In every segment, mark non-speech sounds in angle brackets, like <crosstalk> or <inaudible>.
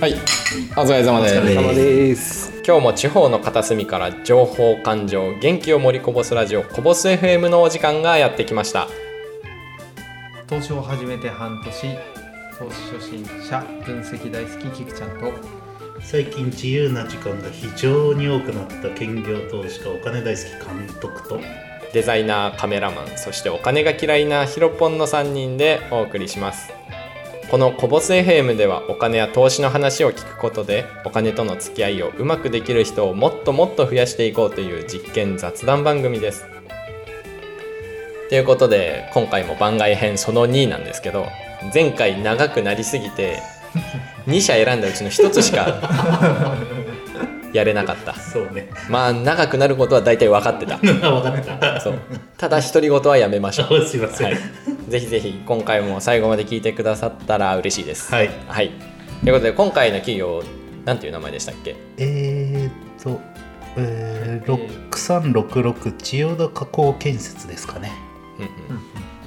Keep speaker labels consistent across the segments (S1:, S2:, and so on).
S1: はい、お疲れ様です
S2: お疲れ様です
S3: です。
S1: 今日も地方の片隅から情報感情元気を盛りこぼすラジオこぼす FM のお時間がやってきました
S2: 投資を始めて半年投資初心者分析大好きキクちゃんと
S4: 最近自由な時間が非常に多くなった兼業投資家お金大好き監督と
S1: デザイナーカメラマンそしてお金が嫌いなヒロポンの3人でお送りしますこのこぼす FM ではお金や投資の話を聞くことでお金との付き合いをうまくできる人をもっともっと増やしていこうという実験雑談番組ですということで今回も番外編その2なんですけど前回長くなりすぎて <laughs> 2社選んだうちの1つしかやれなかった
S4: そう <laughs> ね
S1: まあ長くなることは大体分かってた
S4: 分かった
S1: そうただ独り言はやめましょう
S4: <laughs> あすいません
S1: は
S4: はいい、、
S1: ぜひぜひ今回も最後まで聞いてくださったら嬉しいです。
S4: はい
S1: はい、ということで今回の企業なんていう名前でしたっけ
S4: えー、っと、えー、6366千代田加工建設ですかね
S1: うんうん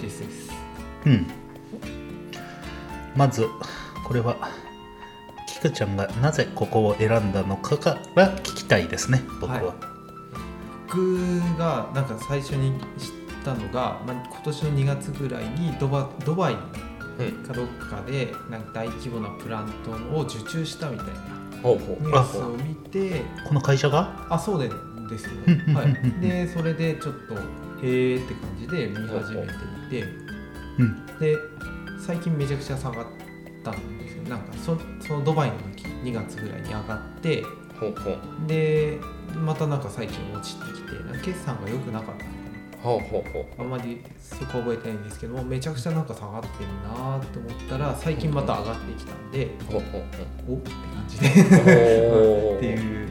S2: ですです
S4: うんまずこれはキクちゃんがなぜここを選んだのかから聞きたいですね僕は、
S2: はい僕がなんか最初に知ったのが、まあ、今年の2月ぐらいにドバドバイ
S1: うん
S2: かどっかでなんか大規模なプラントを受注したみたいな
S1: ほうほう
S2: ニュースを見て
S4: この会社が
S2: あそうでですよ
S4: うんうんうん
S2: ね、はい、でそれでちょっとへえって感じで見始めていて。
S4: うん
S2: で最近めちゃくちゃ下がったんですよなんかそそのドバイの時2月ぐらいに上がって
S1: ほうほう
S2: でまたなんか最近落ちてきてなんか決算が良くなかったのか
S1: ほうほうほう
S2: なあんまりそこ覚えてないんですけどもめちゃくちゃなんか下がってるなーって思ったら最近また上がってきたんで
S1: ほうほうほう
S2: おって感じで
S1: ほう
S2: っていう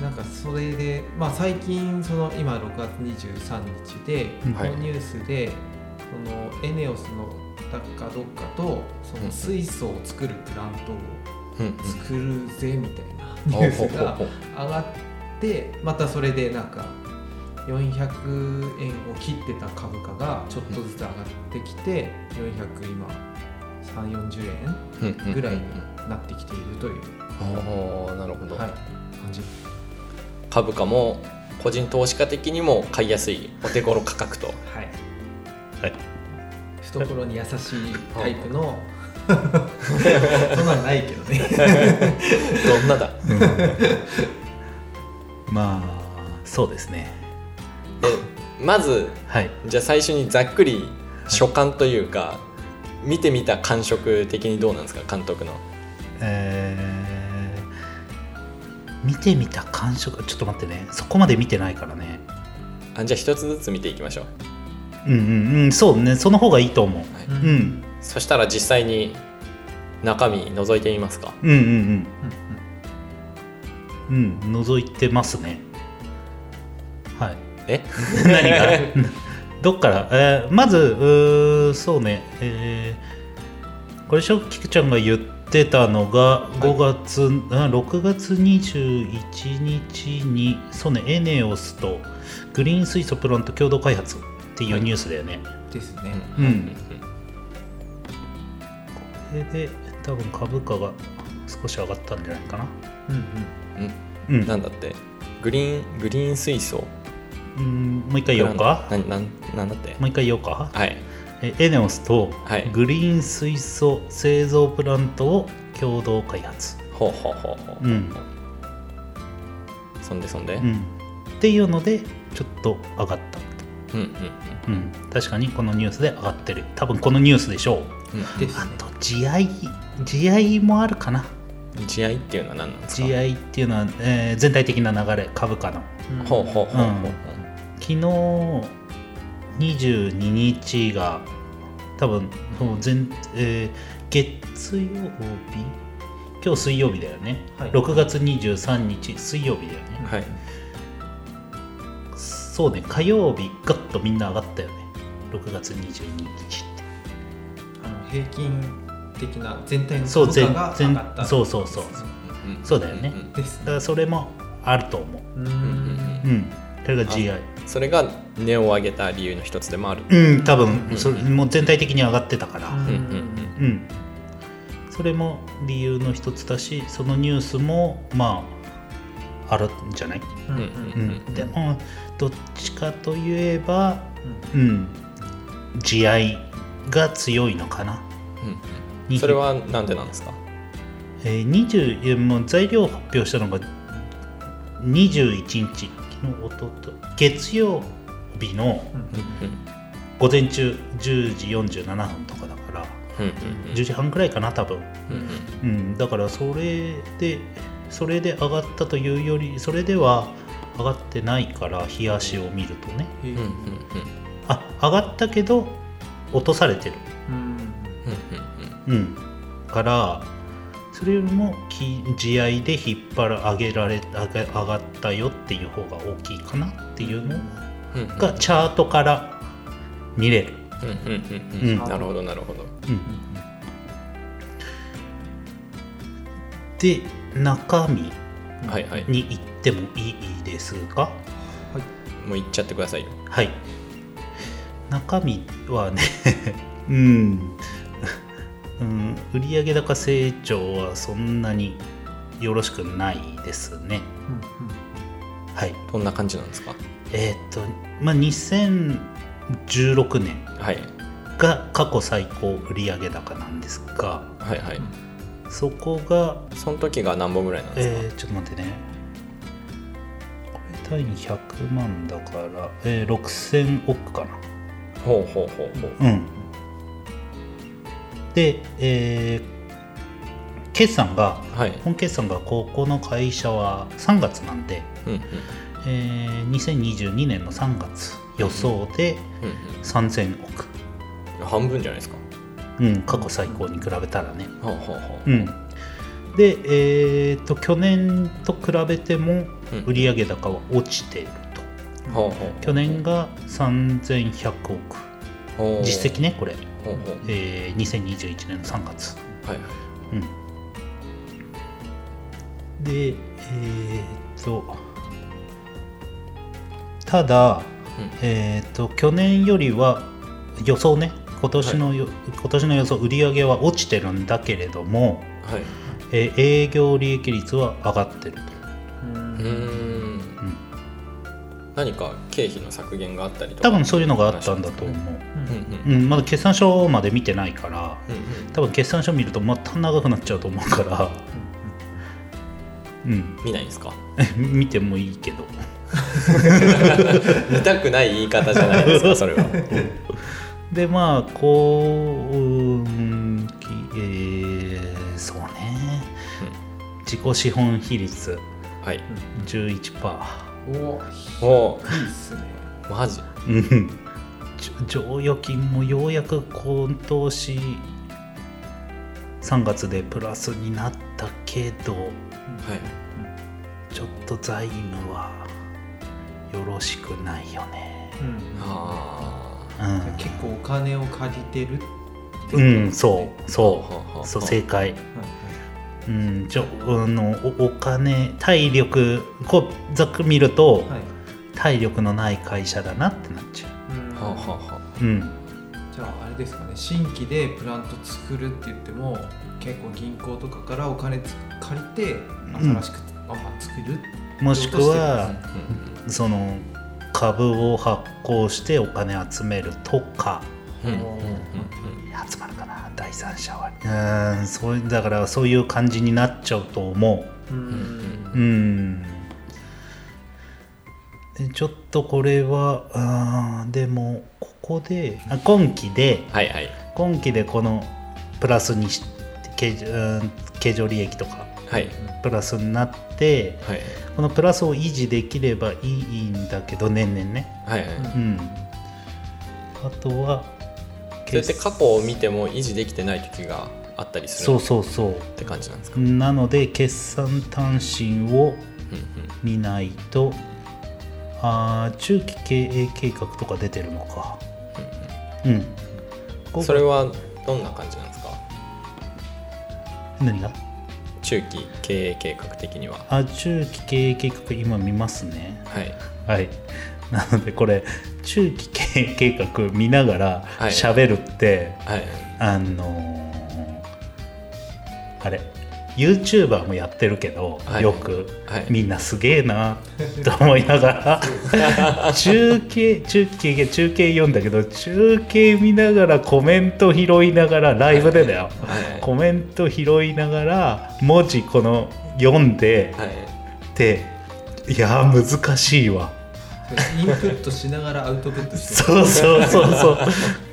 S2: なんかそれでまあ最近その今6月23日で
S4: うん
S2: このニュースで、そのエネオスのだかどっかとその水素を作るプラント
S1: う
S2: を
S1: んうん
S2: 作るぜみたいなニ
S1: ほ
S2: ュ
S1: うほう
S2: ース
S1: ほう
S2: が
S1: ほう
S2: 上がってまたそれでなんか400円を切ってた株価がちょっとずつ上がってきて400今340円
S1: うんうんうん
S2: ぐらいになってきているという、
S1: ほうなるほど、
S2: はい、感じ
S1: 株価も個人投資家的にも買いやすいお手頃価格と
S2: はい
S4: はい
S2: 懐に優しいタイプの <laughs> そんなんないけどね
S1: どんなだ
S4: まあそうですね
S1: でまず
S4: はい
S1: じゃあ最初にざっくり所感というか見てみた感触的にどうなんですか監督の
S4: えー見てみた感触ちょっと待ってねそこまで見てないからね
S1: あじゃあ一つずつ見ていきましょう
S4: うんうんうんそうねその方がいいと思う、
S1: はい
S4: うん、うん
S1: そしたら実際に中身覗いてみますか
S4: うんうんうん覗いてますねはい <laughs>
S1: え <laughs>
S4: 何がうんどっから、えーまずうーそうねえーこれショッキクちゃんが言ってたのが5月、あ6月21日にそうねエネオスとグリーン水素プラント共同開発っていうニュースだよね、
S2: ですね、
S4: うん
S1: うん
S4: これで多分株価が少し上がったんじゃないかな
S2: うんうん
S4: う
S1: うん
S4: ん、
S1: なんだってグリーングリーン水素
S4: うんもう一回言おうか
S1: なんなんなんだって
S4: もう一回言おうか
S1: はい
S4: えエネオスと
S1: はい
S4: グリーン水素製造プラントを共同開発、
S1: ほうほうほうほう、
S4: うん
S1: そんでそんで、う、
S4: うんん、っていうのでちょっと上がった、
S1: うんうん
S4: うん、確かにこのニュースで上がってる多分このニュースでしょう
S1: うん
S2: です
S4: あ
S2: ね
S4: と地合い地合いもあるかな
S1: 地合いっていうのは何なんですか
S4: 地合いっていうのは、えー全体的な流れ株価の
S2: うん
S1: ほうほうほうほう
S4: うん昨日22日が多分もう全、えー月曜日今日水曜日だよね、
S2: はい
S4: 6月23日水曜日だよね、
S1: はい
S4: そうね火曜日ガッとみんな上がったよね6月22日っ
S2: あの平均的な全体の
S4: てそう
S2: 株価
S4: 全
S2: が上
S4: 全
S2: がった
S4: そうそうそうだか
S1: うんん
S4: そうだよね
S1: ん
S2: ですね
S4: らそれもあると思う
S2: うー
S1: うんうん
S2: ん
S4: うんれが GI
S1: それが値を上げた理由の一つでもある
S4: うん多分、
S1: うん
S4: それもう全体的に上がってたから、
S2: うん
S1: うんうん
S4: うん、それも理由の一つだしそのニュースもまああるんじゃない、
S2: うんうん
S4: う
S1: うんん
S4: でもどっちかといえば、うん、慈愛が強いのかな。
S1: うんうん
S4: に
S1: それはなんでなんですか
S4: えー20いやもう材料を発表したのが21日昨日おとと月曜日の
S1: うん
S4: 午前中10時47分とかだから
S1: うん
S4: 10時半くらいかな多分
S1: うんうん
S4: うん、だからそれでそれで上がったというよりそれでは上がってないから冷やしを見るとね
S2: うん
S1: うんうんうん
S4: あ上がったけど落とされてる、
S1: うん
S4: うん、からそれよりもき地合いで引っ張ら上げられ上げ上がったよっていう方が大きいかなっていうの
S1: うんうん
S4: がチャートから見れる、
S1: うんうん
S4: う
S1: うんんなるほどなるほど
S4: うん、で中身
S1: はいはい
S4: に行ってもいいですか
S1: もう言っちゃってくださいよ
S4: はい中身はねうん、 <laughs> うん、売上高成長はそんなによろしくないですねはい
S1: どんな感じなんですか
S4: えーっとまあ2016年
S1: はい
S4: が過去最高売上高なんですが
S1: はいはい
S4: そこが
S1: その時が何本ぐらいなんですか
S4: えー、ちょっと待ってねこれ単位100万だから、えー、6000億かな
S1: ほうほうほうほう
S4: うん、で、えー決算が
S1: はい
S4: 本決算がここの会社は3月なんで、
S1: うんうん
S4: えー2022年の3月予想で
S1: うん
S4: 3000億、
S1: うん半分じゃないですか
S4: うん、過去最高に比べたらね、
S1: ほうほうほう
S4: うん、で、えー、と去年と比べても
S1: うん
S4: 売上高は落ちていると、
S1: ほうほう
S4: 去年が3100億
S1: ほう
S4: 実績ねこれ、
S1: ほうほう
S4: えー2021年の3月
S1: はいはい
S4: うん、でえーっとただ、
S1: う
S4: えーっと去年よりは予想ね今年のよ、今年の予想売り上げは落ちてるんだけれども、
S1: はい
S4: えー営業利益率は上がってると、
S1: うーん
S4: うん
S1: 何か経費の削減があったりとか
S4: 多分そういうのがあったんだと思う、
S1: うんうん
S4: うんまだ決算書まで見てないから
S1: うん
S4: 多分決算書見るとまた長くなっちゃうと思うからうん
S1: うん見ないんですか
S4: <laughs> 見てもいいけど
S1: 見たくない言い方じゃないですかそ <laughs> れは
S4: でまあこううーんきえーそうね、自己資本比率
S1: はい
S4: 11%
S2: お
S1: お
S2: いいっすね
S1: おマジ
S4: うんじょ剰余金もようやく今年3月でプラスになったけど
S1: はい
S4: ちょっと財務はよろしくないよね、
S1: あ
S4: う
S2: 結構お金を借りてるってこと
S4: ん、うん、そう
S1: あはあ
S4: そ
S1: は
S4: う
S1: あ
S4: そう
S1: はあ
S4: 正解うん、ちょあのおお金体力こうざっくり見ると、
S2: はい
S4: 体力のない会社だなってなっちゃ
S2: うん
S1: はあはあは
S4: う、うん、
S2: じゃああれですかね新規でプラント作るって言っても結構銀行とかからお金つ借りて
S4: ん
S2: 新しく、あ作る
S4: もしく
S1: あ
S4: は
S1: う
S4: その株を発行してお金集めるとか
S1: んうんうんうん
S2: おー
S4: 集まるかな第三者はうんそういうだからそういう感じになっちゃうと思
S2: う
S1: うんうん
S2: ん
S4: ううんでちょっとこれはあーでもここであ今期で
S1: はいはい
S4: 今期でこのプラスにし経うん経常利益とか
S1: はい
S4: プラスになって
S1: はい
S4: このプラスを維持できればいいんだけど年々ね
S1: はいはい
S4: うんあとは
S1: それって過去を見ても維持できてない時があったりす
S4: そ
S1: る
S4: う
S1: っ
S4: そうそ
S1: て感じなんですか
S4: うなので決算単身
S1: う
S4: を
S1: ん
S4: 見ないとあー中期経営計画とか出てるのかうん
S1: う
S4: こ
S1: んそれはどんな感じなんですか
S4: 何が
S1: 中期経営計画的には
S4: あ中期経営計画今見ますね
S1: はい
S4: はい、なのでこれ中期経 <laughs> 計画見ながら
S1: はい
S4: 喋るって、
S1: はい
S4: あのーあれ YouTuber もやってるけど、
S1: はい
S4: よく、
S1: はい
S4: みんなすげえな <laughs> と思いながら <laughs> 中継中継中継読んだけど中継見ながらコメント拾いながらライブでだよ、
S1: はい
S4: コメント拾いながら文字この読んで
S1: はい
S4: って、い、やー難しいわ
S2: インプットしながらアウトプットして
S4: そうそうそうそう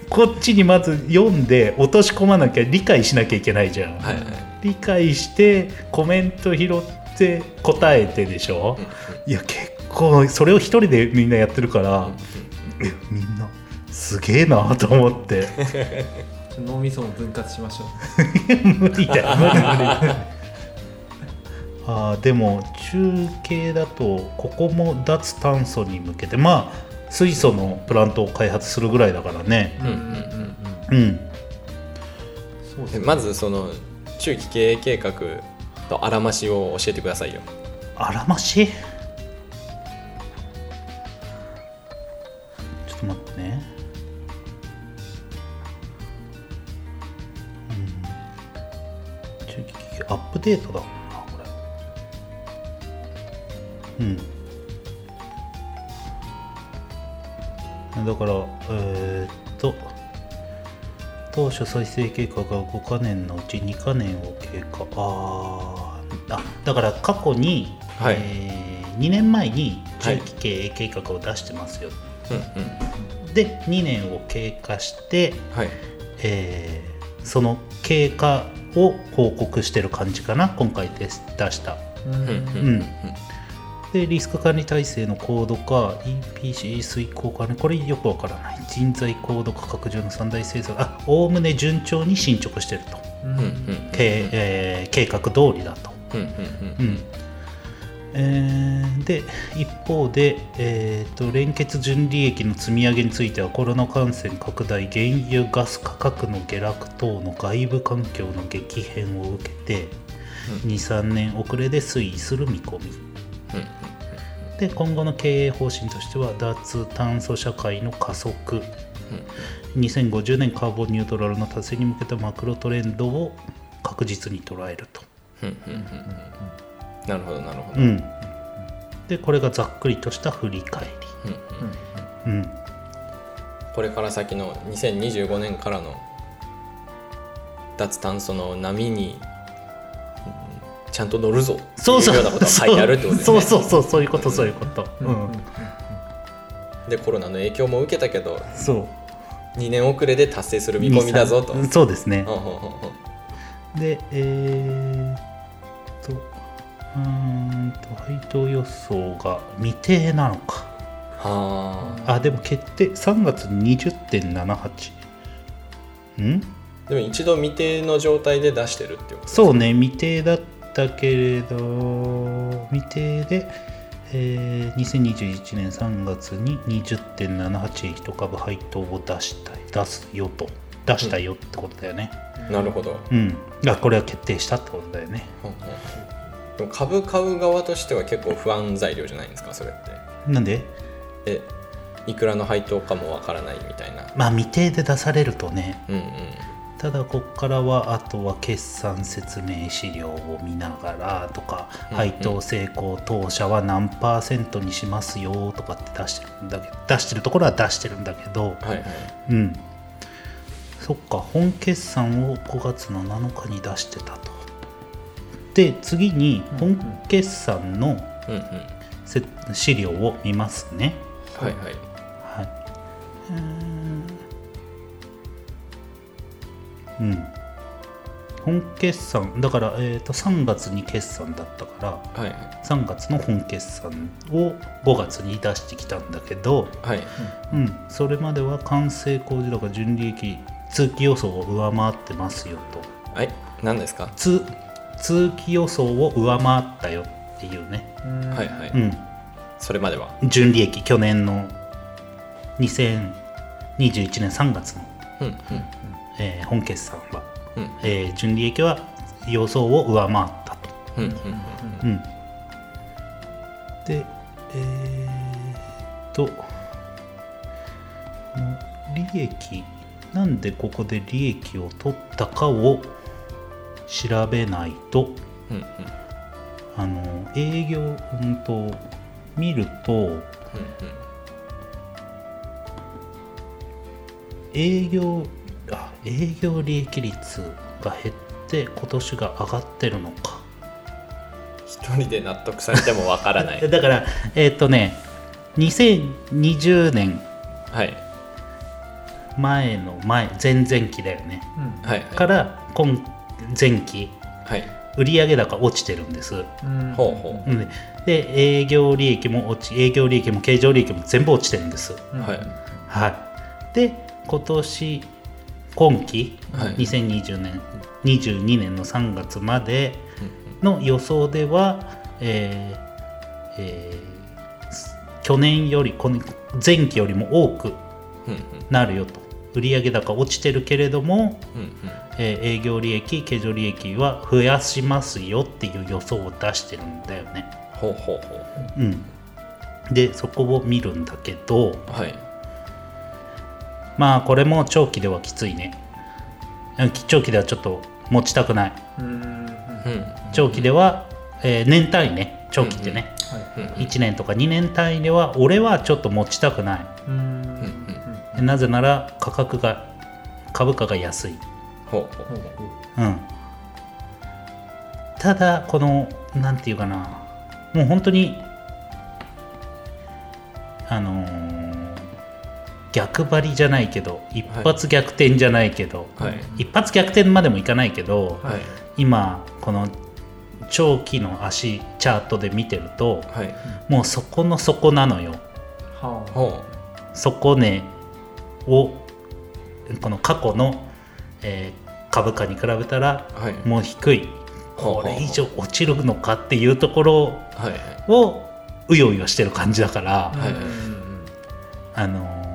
S4: こっちにまず読んで落とし込まなきゃ理解しなきゃいけないじゃん、
S1: はいはい
S4: 理解してコメント拾って答えてでしょ、いや結構それを一人でみんなやってるから、えみんなすげえなと思って
S1: <laughs>
S2: 脳みそも分割しましょう
S4: 無理だよ無理無理あーでも中継だとここも脱炭素に向けてまあ水素のプラントを開発するぐらいだからね
S1: うんうん
S4: うん
S2: そうです
S1: え
S2: ね
S1: まずその中期経営計画とあらましを教えてくださいよ
S4: あらましちょっと待ってね、うん、中期企業アップデートだもんなこれうんだからえーっと当初再生計画が5カ年のうち2カ年を経過あーあだから過去に、
S1: はい
S4: え2年前に中期経営計画を出してますよ、
S1: うんうん
S4: で2年を経過して、
S1: はい
S4: えーその経過を報告してる感じかな今回です出した
S1: うんうん
S4: う
S1: うん
S4: んでリスク管理体制の高度化 EPC 遂行管理これよくわからない人材高度化拡充の三大政策あおおむね順調に進捗してると、
S2: うん
S1: うんうん
S4: けえー計画通りだと、
S1: うんうんうん
S4: うんえーで一方で、えーと連結純利益の積み上げについてはコロナ感染拡大原油ガス価格の下落等の外部環境の激変を受けて23年遅れで推移する見込み
S1: うん
S4: で今後の経営方針としては脱炭素社会の加速2050年カーボンニュートラルの達成に向けたマクロトレンドを確実に捉えると。
S1: うんうんうんうんなるほどなるほど
S4: うん、でこれがざっくりとした振り返
S1: うんうん
S4: り、うん、
S1: これから先の2025年からの脱炭素の波にうんちゃんと乗るぞって
S4: そう
S1: い
S4: そう
S1: うようなことが書いてあるってことです
S4: そう
S1: ね
S4: そうそうそういうことそういうこと、う
S2: うんんうんうん
S1: でコロナの影響も受けたけど
S4: そう
S1: 2年遅れで達成する見込みだぞと。
S4: 23そうですね
S1: ほうほうほうほう
S4: でえー、っとうーんと配当予想が未定なのか
S1: は
S4: あでも決定3月20.78ん
S1: あでも一度未定の状態で出してるっていうこと
S4: そうね未定だったけれど未定で、えー2021年3月に20.78円1株配当を出したい出すよと出したよってことだよね
S1: なるほど、
S4: うん、あこれは決定したってことだよね
S1: ほうほうでも株買う側としては結構不安材料じゃないんですかそれって
S4: なんで
S1: えいくらの配当かもわからないみたいな
S4: まあ未定で出されるとね
S1: うんうん
S4: ただこっからはあとは決算説明資料を見ながらとか
S1: うん
S4: 配当成功当社は何パーセントにしますよとかって出してるんだけど出してるところは出してるんだけど
S1: はいはい
S4: うんそっか本決算を5月の7日に出してたとで次に本決算の
S1: うんうん
S4: せ資料を見ますね、
S1: はいはい
S4: はい。うん。本決算だから、えー、と3月に決算だったから
S1: はい
S4: 3月の本決算を5月に出してきたんだけど、
S1: はい
S4: うん、それまでは完成工事だから純利益通期予想を上回ってますよと
S1: はい何ですか
S4: 通通期予想を上回ったよっていうね、
S2: うん
S1: はいはい、
S4: うん、
S1: それまでは
S4: 純利益去年の2021年3月の
S1: うんうん
S4: えー本決算は、
S1: うん
S4: えー純利益は予想を上回ったと、
S1: うんうん
S4: うんで、えと利益なんでここで利益を取ったかを調べないと
S1: うんうんうん
S4: あの営業うんと見ると営業あ営業利益率が減って今年が上がってるのか
S1: 一人で納得されてもわから <laughs> ない
S4: だからえっとね2020年
S1: はい
S4: 前の前前々期だよね
S2: うん
S1: はい
S4: か
S1: はい
S4: ら今前期
S1: はい
S4: 売上高落ちてるんです
S2: うん
S1: ほうほ
S4: うんで営業利益も落ち営業利益も経常利益も全部落ちてるんです
S2: うん
S1: はい
S4: はいで今年今期、
S1: はい
S4: 2020年22年の3月までの予想では、えーえーす去年よりこの前期よりも多く
S1: うんうん
S4: なるよと売上高落ちてるけれども、
S1: うんうん
S4: えー営業利益経常利益は増やしますよっていう予想を出してるんだよね。
S1: ほうほうほう
S4: うん、でそこを見るんだけど
S1: はい
S4: まあこれも長期ではきついねうん長期ではちょっと持ちたくない
S2: うんうん
S1: うん
S4: 長期では、えー年単位ね長期ってね、
S2: はい
S1: うん
S4: 1年とか2年単位では俺はちょっと持ちたくない
S2: うんうん
S1: うん
S4: でなぜなら価格が株価が安い、
S1: ほうほう
S2: ほうほう
S4: うん、ただこのなんていうかなもう本当にあのー逆張りじゃないけど一発逆転じゃないけど、
S1: はい
S4: 一発逆転までもいかないけど、
S1: はい
S4: 今この長期の足チャートで見てると
S1: はい
S4: もうそこの底なのよ
S2: はあ
S1: ほ
S4: 底値をこの過去の、えー株価に比べたら
S1: うはい
S4: もう低いこれ以上落ちるのかっていうところ
S1: はいはい
S4: をうようよしてる感じだから、
S1: はい
S2: うん
S4: あのー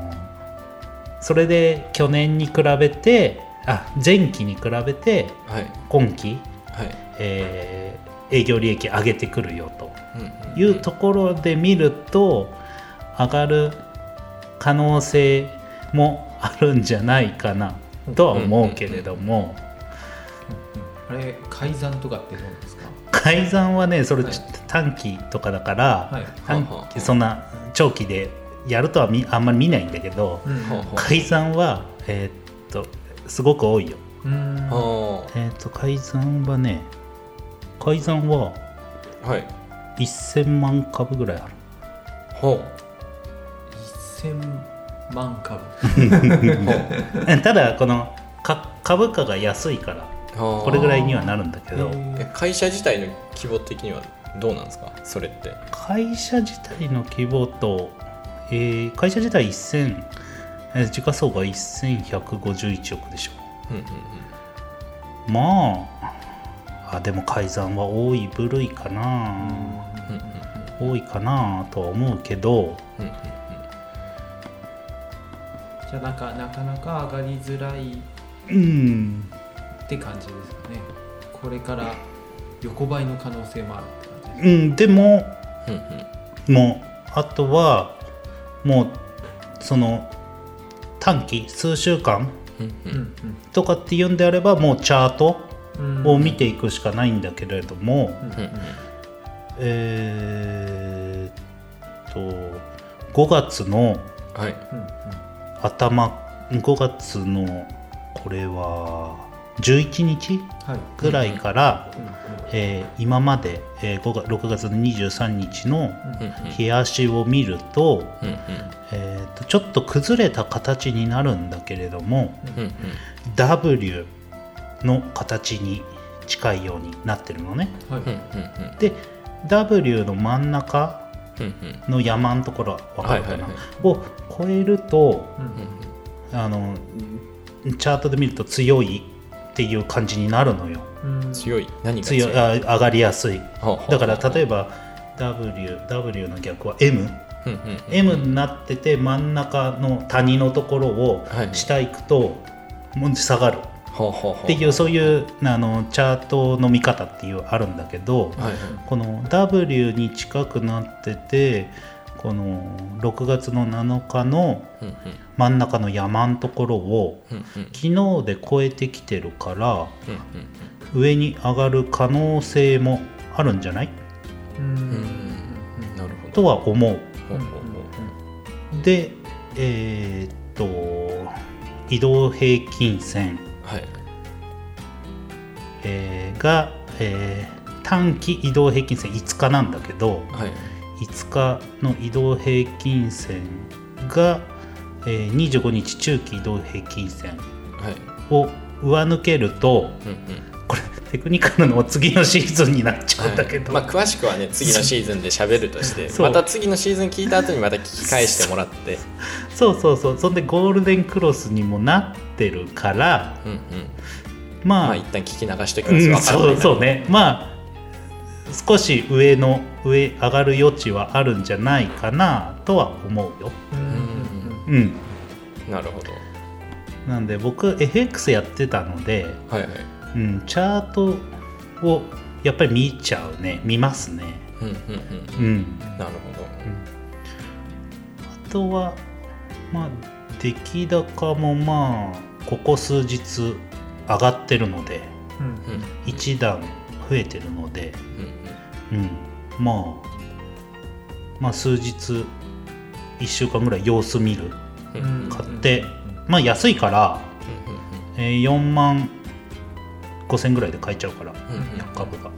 S4: それで去年に比べてあ前期に比べて
S1: はい
S4: 今期
S1: はい
S4: えー営業利益上げてくるよと
S1: うん
S4: いうところで見ると上がる可能性もあるんじゃないかなとは思うけれども
S2: あれ改ざんとかってどうなんですか
S4: 改ざんはねそれ
S2: はい
S4: 短期とかだか
S2: はい
S4: ら短
S1: はあはあ
S4: 期そんな長期でやるとはみあんまり見ないんだけど
S2: うん
S1: ほうほ
S4: 改ざんはえーっとすごく多いよ。
S2: うん
S1: ほ
S4: えーっと改ざんはね改ざんは
S1: うはい
S4: 1000万株ぐらいある。
S1: ほう
S2: 1000万株
S4: うんただこのか株価が安いから
S1: ほう
S4: これぐらいにはなるんだけど
S2: へー
S1: え会社自体の規模的にはどうなんですかそれって
S4: 会社自体の規模と、えー会社自体1000、えー時価総が1151億でしょ
S1: うんうん
S4: まああでも改ざんは多い部類かな、
S1: うんうん
S4: 多いかなとは思うけど
S1: うんうん
S2: じゃあなんかなかなか上がりづらいっ
S4: うん
S2: て感じですかねこれから横ばいの可能性もあるって感じです
S4: うんでも
S1: うんうんうん
S4: もうあとはもうその短期数週間
S1: うんうん
S2: うん
S4: とかっていうんであればもうチャート
S2: うん
S4: を見ていくしかないんだけれども、
S2: うん
S1: うんうん
S4: えーっと5月の
S1: はい
S2: うん
S4: 頭5月のこれは11日
S2: はい
S4: ぐらいから、
S2: うんうん
S4: えー今まで、えー5月6月の23日の
S1: うんうん
S4: 冷足を見ると,、
S1: うん
S4: えーっとちょっと崩れた形になるんだけれども
S1: うんうん
S4: W の形に近いようになってるのね。
S2: はい
S1: うんうん
S4: で W の真ん中
S1: うんうんうん
S4: の山のところわかるかな、
S1: はいはいはい
S4: を超えると
S2: うん
S4: あのチャートで見ると強いっていう感じになるのよ
S2: うんうん
S1: 強い何が
S4: 強いあ上がりやすい
S1: ほうほう
S4: だから例えば W, w の逆は M、
S1: うんうんうん
S4: M になってて真ん中の谷のところを
S1: はい
S4: 下行くともう下がる
S1: ほうほうほう
S4: っていうそういうあのチャートの見方っていうあるんだけど、
S1: はい
S4: この W に近くなっててこの6月の7日の
S1: うんうん
S4: 真ん中の山のところを
S1: うんうん
S4: 昨日で超えてきてるから
S1: うん
S4: 上に上がる可能性もあるんじゃない
S2: うんうん
S1: うんなるほど
S4: とは思う
S1: ほうほう
S4: でえーっと移動平均線、
S1: ほうはい
S4: えーが、えー短期移動平均線5日なんだけど
S1: はい
S4: 5日の移動平均線が、えー25日中期移動平均線
S1: はい
S4: を上抜けると
S1: うんうん
S4: これテクニカルの次のシーズンになっちゃうんだけど、
S1: はいまあ、詳しくはね次のシーズンで喋るとして
S4: そう
S1: また次のシーズン聞いた後にまた聞き返してもらって
S4: そうそうそうそんでゴールデンクロスにもなってるから
S1: うんうん
S4: まあ、
S1: まあ一旦聞き流しておきます
S4: うん、
S1: わからないな
S4: そうそうねまあ少し上の上上がる余地はあるんじゃないかなとは思うよ
S2: うんうん
S4: うん
S1: なるほど
S4: なんで僕 FX やってたので、
S1: はいはい
S4: うん、チャートをやっぱり見ちゃうね見ますね
S1: うんうん
S4: う
S1: うん
S4: ん
S1: なるほど
S4: あとはまあ出来高もまあここ数日上がってるので
S2: うん
S1: うんうん
S4: 1段増えてるので、うん、まあまあ数日1週間ぐらい様子見る
S1: うんうんうん
S4: 買ってまあ安いから、えー4万5000ぐらいで買えちゃうから
S1: うんうんうん
S4: 株が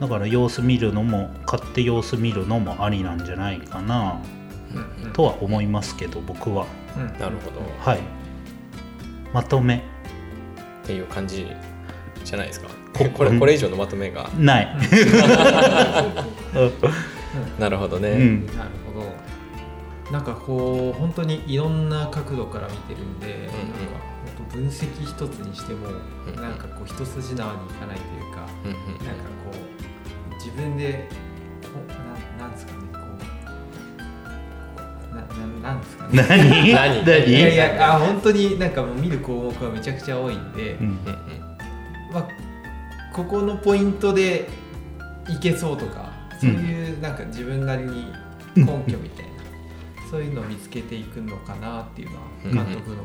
S4: だから様子見るのも買って様子見るのもありなんじゃないかな
S2: うん
S4: とは思いますけど僕は
S2: うん
S1: なるほどっ
S4: はいまとめ
S1: ていう感じじゃないですか
S4: こ
S1: これこれ以上のまとめが
S4: ない、 <laughs>
S1: なるほどね、
S4: うん
S2: なるほどなんかこう本当にいろんな角度から見てるんで、なんか本当分析一つにしても、
S1: うん
S2: なんかこう一筋縄にいかないというか、
S1: うんうん
S2: なんかこう自分でこうななんですかねこうなななんですか
S4: <laughs>
S2: ね
S4: 何
S1: 何
S2: いやい
S4: 何
S2: やあ本当になんかもう見る項目はめちゃくちゃ多いん
S4: う
S2: で、
S4: ん
S1: うんうん
S2: まあ、ここのポイントでいけそうとかそういうなんか自分なりに根拠みたいな、そういうのを見つけていくのかなっていうのは
S1: うん
S2: 監督の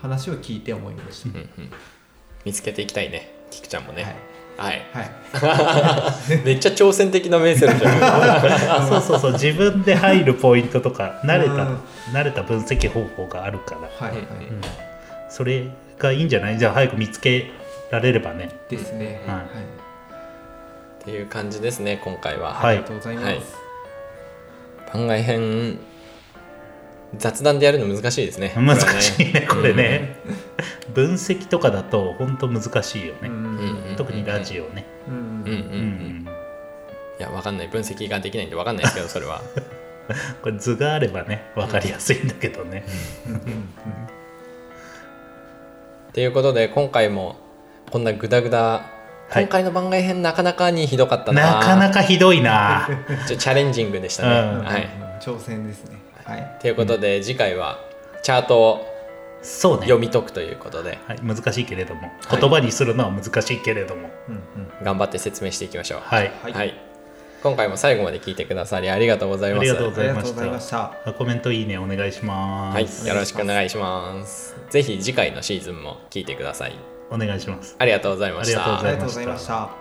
S2: 話を聞いて思いました。
S1: うんうん見つけていきたいね菊ちゃんもね
S2: はい
S1: はい
S2: はい、
S1: めっちゃ挑戦的な目線じゃん
S4: そうそうそう自分で入るポイントとか慣れた
S2: うん
S4: 慣れた分析方法があるから
S2: はい、はい、
S4: うんそれがいいんじゃないじゃあ早く見つけられればね
S2: ですね、
S4: はい
S1: っていう感じですね今回は
S4: は
S2: あ
S4: い
S2: りがとうございます。
S1: はい番外編雑談でやるの難しいですね
S4: 難しいねこ
S1: は
S4: れね分析とかだと本当難しいよ
S2: う
S4: ね
S1: うん
S2: ん、
S1: うん
S4: 特にラジオね
S2: う
S1: うんうん
S2: ん、
S1: う
S4: うんん
S1: いやわかんない分析ができないんでわかんないですけどそれは
S4: これ図があればね分かりやすいんだけどね
S1: ということで今回もこんなグダグダ
S4: はい
S1: 今回の番外編なかなかにひどかったな
S4: なかなかひどいな
S1: ちょチャレンジングでした
S4: う
S1: ね、
S4: ん
S1: はい
S2: 挑戦ですね。はい、
S1: ということで次回はチャートを
S4: そうね
S1: 読み解くということで
S4: はい難しいけれども言葉にするのは難しいけれども
S2: うん、うん。
S1: 頑張って説明していきましょう
S4: はい
S2: はい
S1: 今回も最後まで聞いてくださりありがとうございます
S4: ありがとうご
S2: あ
S4: ざ
S2: り
S4: い
S2: が
S4: ま
S2: とうございま
S4: し
S2: した。
S4: たコメントいいねお願いしま
S1: はい
S4: す、
S1: よろしくお願いします。ぜひ次回のシーズンも聞いてください。
S4: お願いします
S1: ありがとうございました。
S4: ありがとうございました
S2: ありがとうございました。